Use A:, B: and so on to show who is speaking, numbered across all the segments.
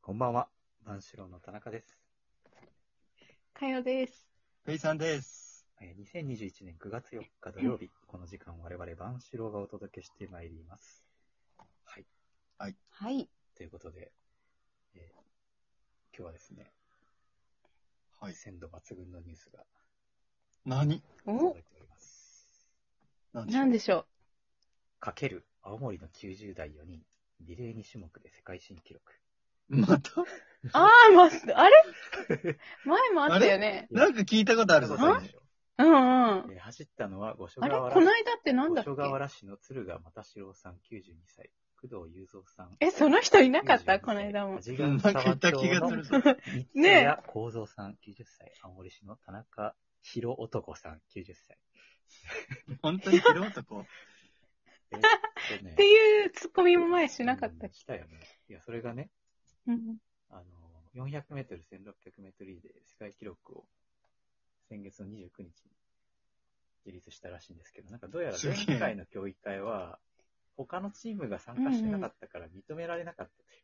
A: こんばんは。万志郎の田中です。
B: かよです。
C: フェイさんです。
A: えー2021年9月4日土曜日、この時間我々万志郎がお届けしてまいります。はい。
B: はい。
A: ということで、えー今日はですね、
C: はい。
A: 鮮度抜群のニュースが
C: 何
B: お
A: 届いております。
C: 何
B: なんでしょ
A: かける青森の90代4人、リレー2種目で世界新記録。
C: また
B: うああ、ま、あれ前もあったよね。
C: なんか聞いたことあるぞ、
A: あ
C: それ。
B: うんうん。
A: えー走ったのは五所
B: あれ
A: 川
B: こ
A: 原
B: の間ってなんだっけ
A: 五所川原市の鶴ヶ又四郎さん92歳、工藤雄三さん。
B: え、その人いなかったこの間も。
A: 味
C: う
A: が
C: ん、なんか言った気がするぞ。
A: 三谷幸三さん、90歳。青森市の田中博男さん、90歳。
C: 本当に拾うとこ。
A: えっとね
B: っていうツッコミも前しなかった
A: うんしたよね。いや、それがね、
B: うん
A: あの、400メートル、1600メートルリレーで世界記録を先月の29日に自立したらしいんですけど、なんかどうやら
C: すげえ
A: 前回の協議会は、他のチームが参加してなかった から認められなかったという。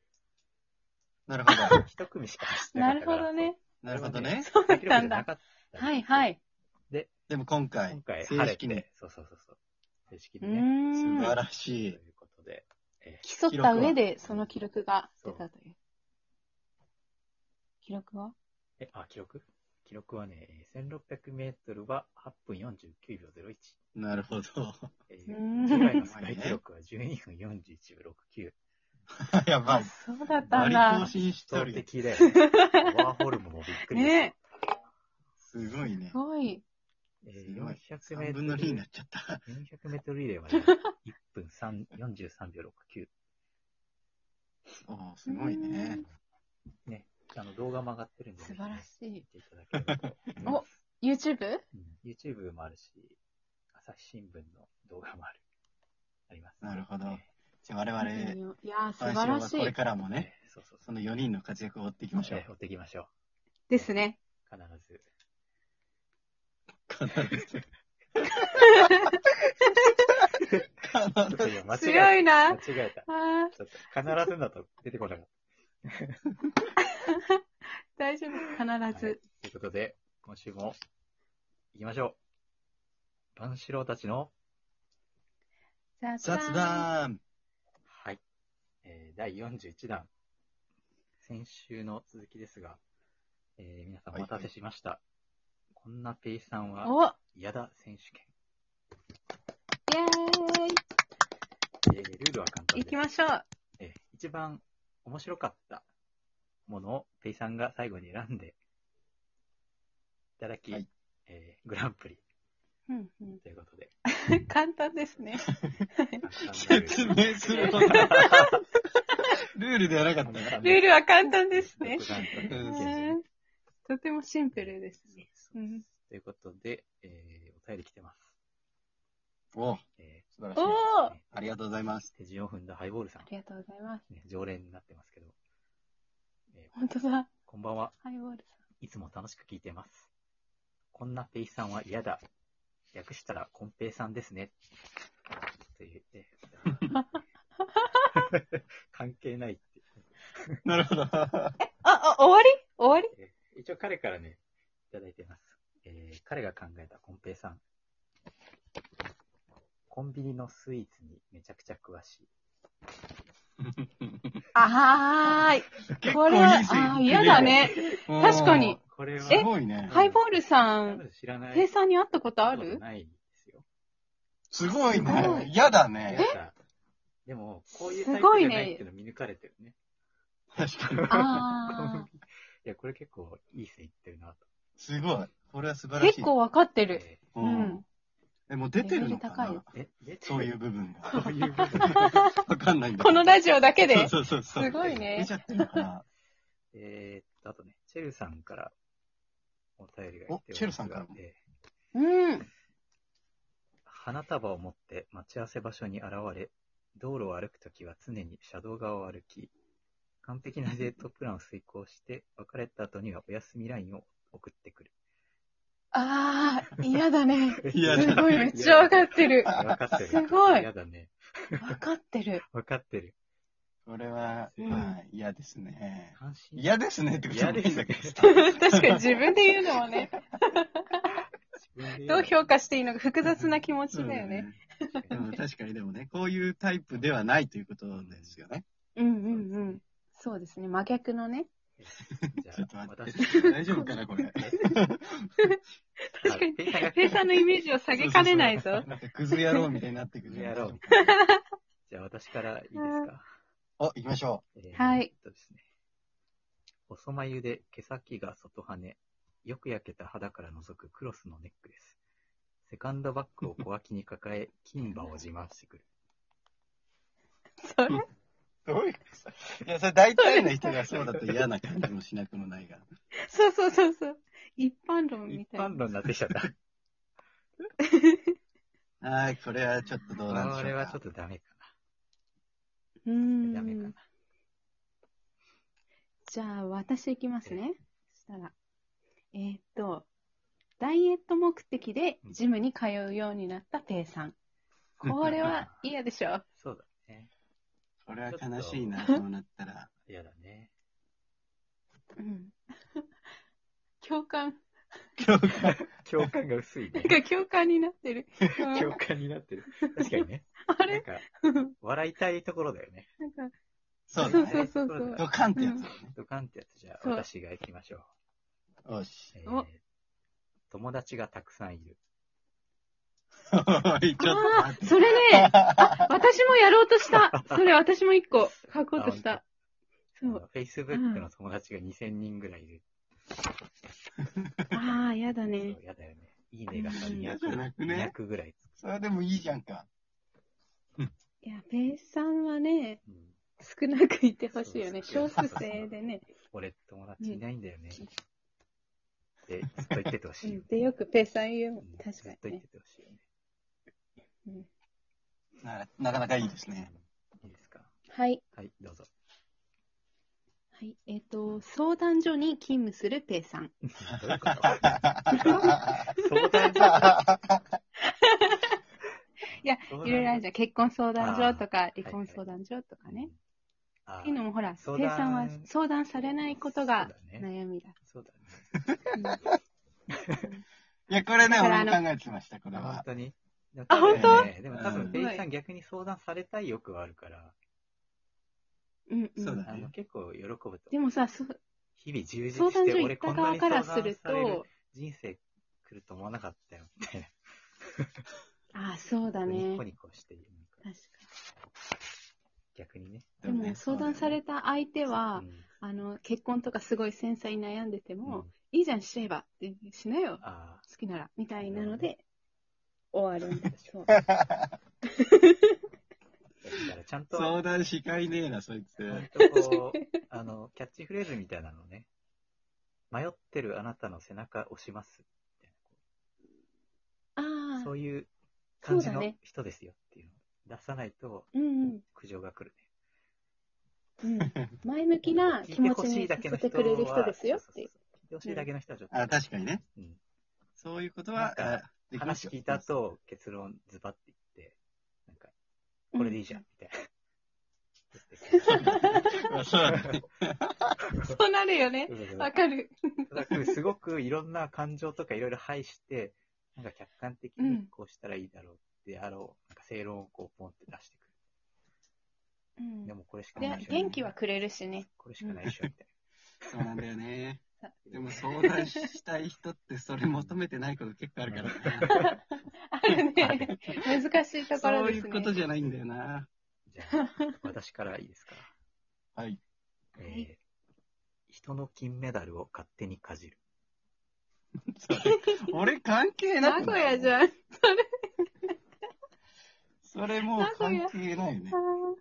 C: なるほど。
A: 一組しか走って
B: な
A: なかった
B: る
A: か
B: ほ
A: ら。
B: どね。
C: なるほどね。
B: そうだ
A: 世界
B: っ
A: 記録
B: た
A: じ
B: ん
A: ゃな
B: だ。
A: かった。
B: はいはい。
C: でも今回、
A: 今回、晴
C: 正
A: れ
C: 式に
A: て、そうそうそうそう。正式
B: う
A: にね。
C: 素
B: ー
C: 晴
B: ん。
C: らし
A: とい
C: い。
A: うことで、え
B: 競った上でその記録が出たという。記録は
A: ーえ、あ、記録記録はね、えー1600メートルは8分49秒01。
C: なるほど。
A: え
B: う
A: ー、
B: ん
A: 従来の世界記録は12分41秒69。
C: やばい。
B: そうだった
C: バ
B: ん
C: リ
B: だ
C: 更。新しと
A: 圧倒
C: るよ。
A: 的だよね。 ワーホルムもびっくり
B: ね
C: すごいね
B: す。ごい。
A: え
C: すご
A: ー、
C: い
A: 400メー
C: 3
A: ト
C: 分の
A: ル、
C: 2になっちゃった。
A: 400メートルリレーはね、1分3 43秒69。
C: おーすごいうね
B: ん。
A: ね、あの動画も上がってるんで、
B: 素晴らしい
A: 見ていただければと思います。
B: YouTube?
A: うん YouTube もあるし、朝日新聞の動画もある。あります。
C: なるほ
A: え
C: ど
A: ー
C: じゃあ我々、
B: いやー、素晴
C: 三四郎
B: ら
C: は
B: し
C: これ
B: い。
C: からもね、
A: えーそうそうそ
C: その4人の活躍を追っていきましょ
A: う。
C: う
A: えー。追っていきましょ
B: ですね。
A: う。必ず。
C: 必ず。必
A: ちょっと今間違
C: ず。
A: えた
B: 強いな
A: 間違えた。
B: あー
A: ちょっと必ずだと出てこなかっ
B: 大丈夫、
A: た。
B: 必
A: はい
B: ず。
A: ということで、今週も行きましょう。万四郎たちの、
B: 雑
C: 雑談
A: はい。えー、第41弾。先週の続きですが、えー、皆さんお待たせしました。こんなペイさんは
B: おイ
A: 嫌だ選手権。
B: ェー
A: えー、ルールは簡単
B: イ
A: です。
B: 行きましょう。
A: えー一番面白かったものをペイさんが最後に選んでいただき、
C: はい
A: えーグランプリ
B: うんう
A: ということで。
B: ん、簡単ですね。
C: 説明す ることないルールではなかったから
B: ルー
C: ね。
B: ルは簡単ですね。
C: う
B: うんんとてもシンプルですね。うん
A: ということで、えーお便り来てます。
C: お
A: え
C: 素晴らし
B: おー。
C: い
A: ー
B: あ
A: ね
C: ありがとうございます。
A: 手順を踏んだハイボールさん、
B: りがとうございます。
A: ね常連になってますけど、えー
B: 本当だ。
A: こんばんは。
B: ハイボール
A: いつも楽しく聞いてます。こんなペイさんは嫌だ。略したらコンペイさんですね。という、 ね、関係ないって。
C: なるほ ど。
B: さん。あ、あ、終わり終わ
A: 一応彼からね、いただいてます。えー彼が考えたコンペイさん。コンビニのスイーツにめちゃくちゃ詳しい。
B: りあーい。
C: 結
B: こ
C: 構い
B: れ、
C: い
B: あー、嫌だ。ね。確かに。
A: これは、
C: すごいね。
B: ハイボールさん、
A: 知らない。
B: ペイさんに会ったことあ
A: 会った
B: る
A: ことないんですよ。
C: すごい
B: すご
C: ね
B: い。
C: 嫌だ
A: なん
C: ね。
A: かでも、こういうタイ
B: すご
A: プじ
B: い
A: ゃ
B: ね
A: ないっていうの見抜かれてるね。
C: 確かに。
B: あ
A: いや、これ結構いい線いってるなと。
C: すごい。これは素
B: ー。
C: 晴らし
B: 結
C: い。
B: 構わかってる。
A: え
B: う
C: うんん。。え、もう出てるのか
B: レベル
C: な
A: ーえ、出てる
C: そういう。部分 が。
A: そういう部分。
C: わかんないんだ
B: このラ
C: ジ
B: ジオだけで。
C: そうそうそう。
B: すごいね
C: 出ちゃってるのかな。
A: えーっと、あとね、チェルさんからお便りが来ておりますが
C: おチェルさんからも
A: えー
B: うん。
A: 花束を持って待ち合わせ場所に現れ、道路を歩くときは常に車道側を歩き、完璧なデートプランを遂行して、別れた後にはお休みラインを送ってくる。
B: ああ、嫌だね。
C: 嫌
B: す
C: だ
B: ごい、めっちゃわかってる。
A: 分かってる。
B: すごい
A: やだね。
B: わかってる。
A: 分かってる。
C: これは、
B: うん
C: まあ、嫌ですね。
A: 単身
C: 嫌ですねってことも
A: 嫌
C: い
A: で
C: いん
A: す
C: だ
A: ね
C: けど。
B: 確かに自分で言うのはね、どう評価していいのか複雑な気持ちだよね。
C: うん。うん確かにでもね、こういうタイプではないということですよね。
B: うんうんうん。そうですね、真逆のね。
A: じゃ
C: ちょっと
A: あ、
C: 待っ
A: 私
C: て、大丈夫かな、これ。
B: 確かに、
A: ペーターが
B: ペーさんのイメージを下げかねない
C: そうそ
B: ぞ
C: うそう。なんかクズ野郎みたいになってくる。
A: やろう。じゃあ、私からいいですか。
C: お、行きましょ
A: えー
B: はい
A: えっとですね。細眉で毛先が外跳ね、よく焼けた肌から覗くクロスのネックレス。セカンドバッグを小脇に抱え、金馬を自慢してくる。
B: それ
C: う。どういういや、それ大体の人がそうだと嫌な感じもしなくもないが。
B: そうそうそうそう。一般論み
A: 一
B: たいな
A: 般。論になってきちゃ った。
C: はい、これはちょっとどうなんでしょうか。
A: これはちょっとダメか
B: うー。。
A: な。ダメかなん
B: じゃあ、私行きますね。そしたら。えーっと、ダイエット目的でジムに通うようになったペイさん。これは嫌でしょ。
A: そうだね。
C: これは悲しいな、そうなったら。
A: 嫌だね。
B: うん。 共感。
A: 共感が薄いね
B: な。んか共感になってる。
A: 共感になってる。確かにね。
B: あ
A: なん
B: れ
A: か、
B: うん
A: 笑いたいところだよね。
B: なんか、
C: そう
B: そ
C: だ
B: うそう
C: ね。
B: そうそ
A: そう
B: う。
C: ドカンってやつだね。
A: ドカンってやつじゃあ、
B: そう
A: 私が行きましょう。
C: よし。
A: え
B: お
A: ー、友達がたくさんいる。
C: おいちょっと
B: あ
C: 待っ
B: あ、
C: て。
B: それね、あ、私もやろうとした。それ私も一個書こうとした。
A: あ
B: そ
A: の
B: う。
A: Facebook の友達が2000人ぐらいいる。
B: ああ、やだね
A: そう。やだよね。いいねがさ、
B: うん
C: 嫌じゃな
A: 200、
C: くね
A: 200ぐらいつく。
C: それでもいいじゃんか。
B: いや、ペイさんはね、
A: うん
B: 少なくいてほしいよね。
A: そう
B: 少
A: そう
B: 数制でね。
A: 俺友達いないんだよね。ってずっと言っててほ
B: う
A: しいよ
B: ん
A: ね。
B: で、よくペイさん言うもん
A: うん。
B: 確か
A: ずっと
B: に
A: 言っ
B: ね
A: て。てほしいよね。
B: うん
C: ななかなかいいですね。
A: いいですか
B: はい。
A: はい、どうぞ。
B: はい。えっと、相談所に勤務するペイさん。
A: どういうこと相談所
B: いや、いろいろあるじゃん。結婚相談所とか、
A: ー
B: 離婚相談所とかね。。
A: あ
B: っ
A: ー
B: ていうのもほら、
A: 相
B: ペイ
A: 談
B: さんは相談されないことが悩みだ。
A: そうだね。
C: いや、これね、
B: だから
C: 俺も考えてました、これ
A: 本
C: は。
A: 当に。でも
B: あ
A: 多分ねでも
C: 本当
A: 多
C: う
A: 分、
C: ん
A: ペイさん逆に相談されたい欲はあるから、
B: うんうん
C: そうだね
A: あの結構喜ぶと思う。
B: でもさ、そ
A: 日々充実
B: 相
A: し
B: 談
A: て、
B: 所行
A: 俺
B: っ
A: こ
B: た
A: んな
B: 側
A: に
B: か
A: 相
B: らす
A: 談
B: る
A: される
B: と、
A: 人生来ると思わなかったよみたいな。
B: ああ、そうだ
A: ニ
B: ね
A: コ。ニコしてる
B: 確か
A: 逆にね。
B: に。でも、相談され
C: て。
B: た相手は
A: う、ん
B: あの、結婚とかすごい繊細に悩んでても、
A: うん
B: いいじゃん、しちゃえば。でしなよ。
A: あ
B: 好きなら。みたいなので、終わるんだ。そう。
A: あ、だからちゃんと、ち
C: 相談しかいねえな、そいつ。
A: ゃんとこ う、あの、キャッチフレーズみたいなのね。迷ってるあなたの背中押します。みたい
B: あ
A: な
B: あ
A: そ、ういう感じ
B: そうだ
A: の
B: ね
A: 人ですよっていうのを出さないと
B: うんうん。
A: 苦情が来るね。
B: うん、前向きな
A: 聞い
B: 気
A: て
B: 持ち
A: ほしい
B: に
A: だ
B: さ
A: けの
B: せて
A: 人
B: く
A: は
B: れる人ですよっていう。
A: 聞いてほしいだけの人はちょっと。
C: あ、確かにね。
A: うん
C: そういうことは、
A: なん
C: あできま
A: 話
C: すよ
A: 聞いた後、結論ズバッて言って、なんか、これでいいじゃん、み たいな。
C: まあ そうだね。
B: そうなるよね。わかる。
A: だからすごくいろんな感情とかいろいろ排して、なんか客観的にこうしたらいいだろうってあろう、なんか正論をこうポンって出してく
B: う
A: る。
B: ん
A: で、もこれしかないで
B: で
A: しょ。
B: 元気はくれるしね。
A: これしかないでしょ、みたい
C: そうなんだ よね。
A: な。
C: でも相談したい人ってそれ求めてないこと結構あ るからね。
B: あるね。難しいとこ
C: そ
B: ろ
C: う
B: で
C: い
B: す
C: う
B: ね。
C: ことじゃないんだよな。
A: じゃあ、 私からいいですか。
C: はい。
A: えー人の金メダルを勝手にかじる。
C: それ 俺関係な
B: 名
C: くな
B: 古
C: い
B: 屋じゃん。
C: それもう関係ないよね。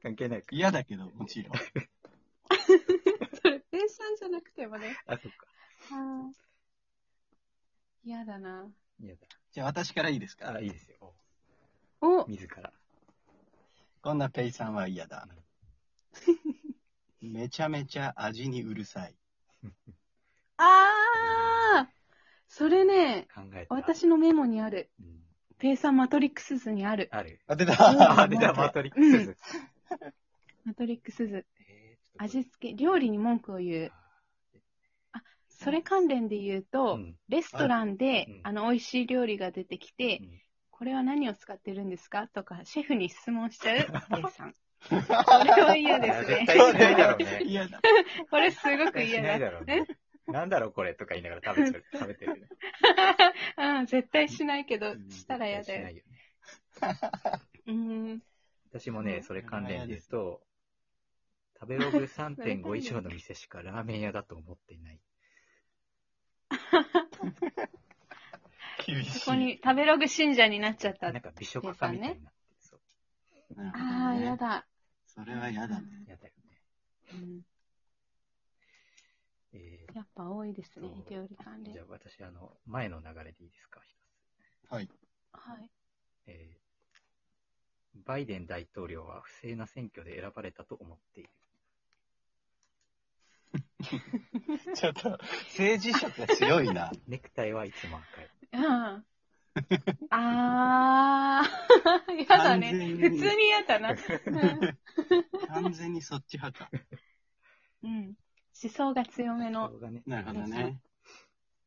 A: 関係ないか。
C: 嫌だけど、もちろん。
B: それ、ペイさんじゃなくてもね。
A: あ、そっか。
B: 嫌だな。
A: いやだ。
C: じゃあ私からいいですか
A: あ、いいですよ。
B: お
A: 自ら。
C: こんなペイさんは 嫌だ。めちゃめちゃ味にうるさい。
B: あーそれね、
A: 考えたら。
B: 私のメモにある。
A: うん
B: ペイさんマトリックス図にある。
A: ある。
C: あ、出
B: う ん
C: た。
A: あ、出た、マトリックス。
B: マトリックス図。
A: えーちょっと
B: 味付け、料理に文句を言う。それ関連で言うと、
A: うん
B: レストランで、
A: うん
B: あの、美味しい料理が出てきて、
A: うん
B: これは何を使ってるんですかとか、シェフに質問しちゃう、A さん。これは嫌
A: い
B: で
A: や
B: す
A: 絶
B: ね。
A: 対しないだろう
C: い
A: ね。
C: やだ。
B: これすご
A: 絶
B: く
A: 対し
B: 嫌
A: な
B: だ
A: い。だろうね。なんだろうこれとか言いながら食べち ゃう食べてるね。
B: うん、絶対しないけど、
A: うん
B: したら嫌だ
A: 絶対しないよ
B: よ。
A: ね
B: うん。
A: 私もね、それ関連で言うと、食べログ3.5以上の店しかラーメン屋だと思っていない。
C: 厳しい。
B: そこに食べログ信者になっちゃった。
A: な
B: あ
A: んか美食家みたいになってる。そう。
C: なるほどね
B: あー、や。だ。
C: それはやだね。
A: やだよね。
B: うん
A: えー
B: やっぱ多いです
A: そ、
B: ね
A: う
B: 料理関連
A: じゃ。あ私、あの、前の流れでいいですか、一つ
C: はい。
B: はい。
A: えーバイデン大統領は不正な選挙で選ばれたと思っている。
C: ちょっと、政治色が強いな。
A: ネクタイはいつも赤い。
B: うん。あー、やだね。
C: 完全に
B: 普通にやだな。うん
C: 完全にそっち派か。
B: うん。思想が強め
A: そ
B: の。
A: こがね
C: なるほどね。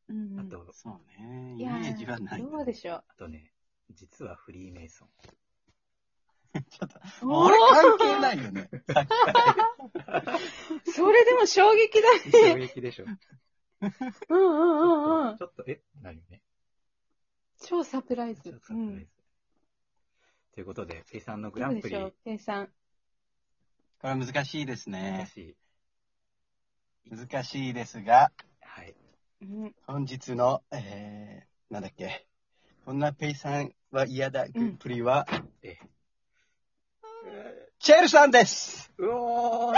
B: うん。
A: あと、
C: そうね。
B: い
C: イ
B: や
C: メージがない。
B: どうでしょう。
A: あとね、実はフリーメイ ソン。
C: ちょっと、
B: おー
C: 俺関係ないよね。さっきから
B: それでも衝撃だ
A: 衝
B: ね。
A: 撃でしょ。
B: うんうん
A: ち
B: うんう
A: ょっ
B: ん
A: と、。ちょっとえ、何ね。
B: 超サプライ
A: ちょっ
B: ズ
A: と。サプ
B: う
A: ライ
B: ん
A: ズ。。ということで、ペイさんのグ
B: ど
A: ラ
B: う
A: ン
B: で
A: プ
B: し
A: リ、
B: ょう、ペイさん。
C: これ難しいです
A: 難
C: ね。
A: しい。
C: 難しいですが、
A: はい。
B: うん。
C: 本日の、えー、なんだっけ。こんなペイさんは嫌だ、グップリは、
A: え
C: チェルさんです
A: うおー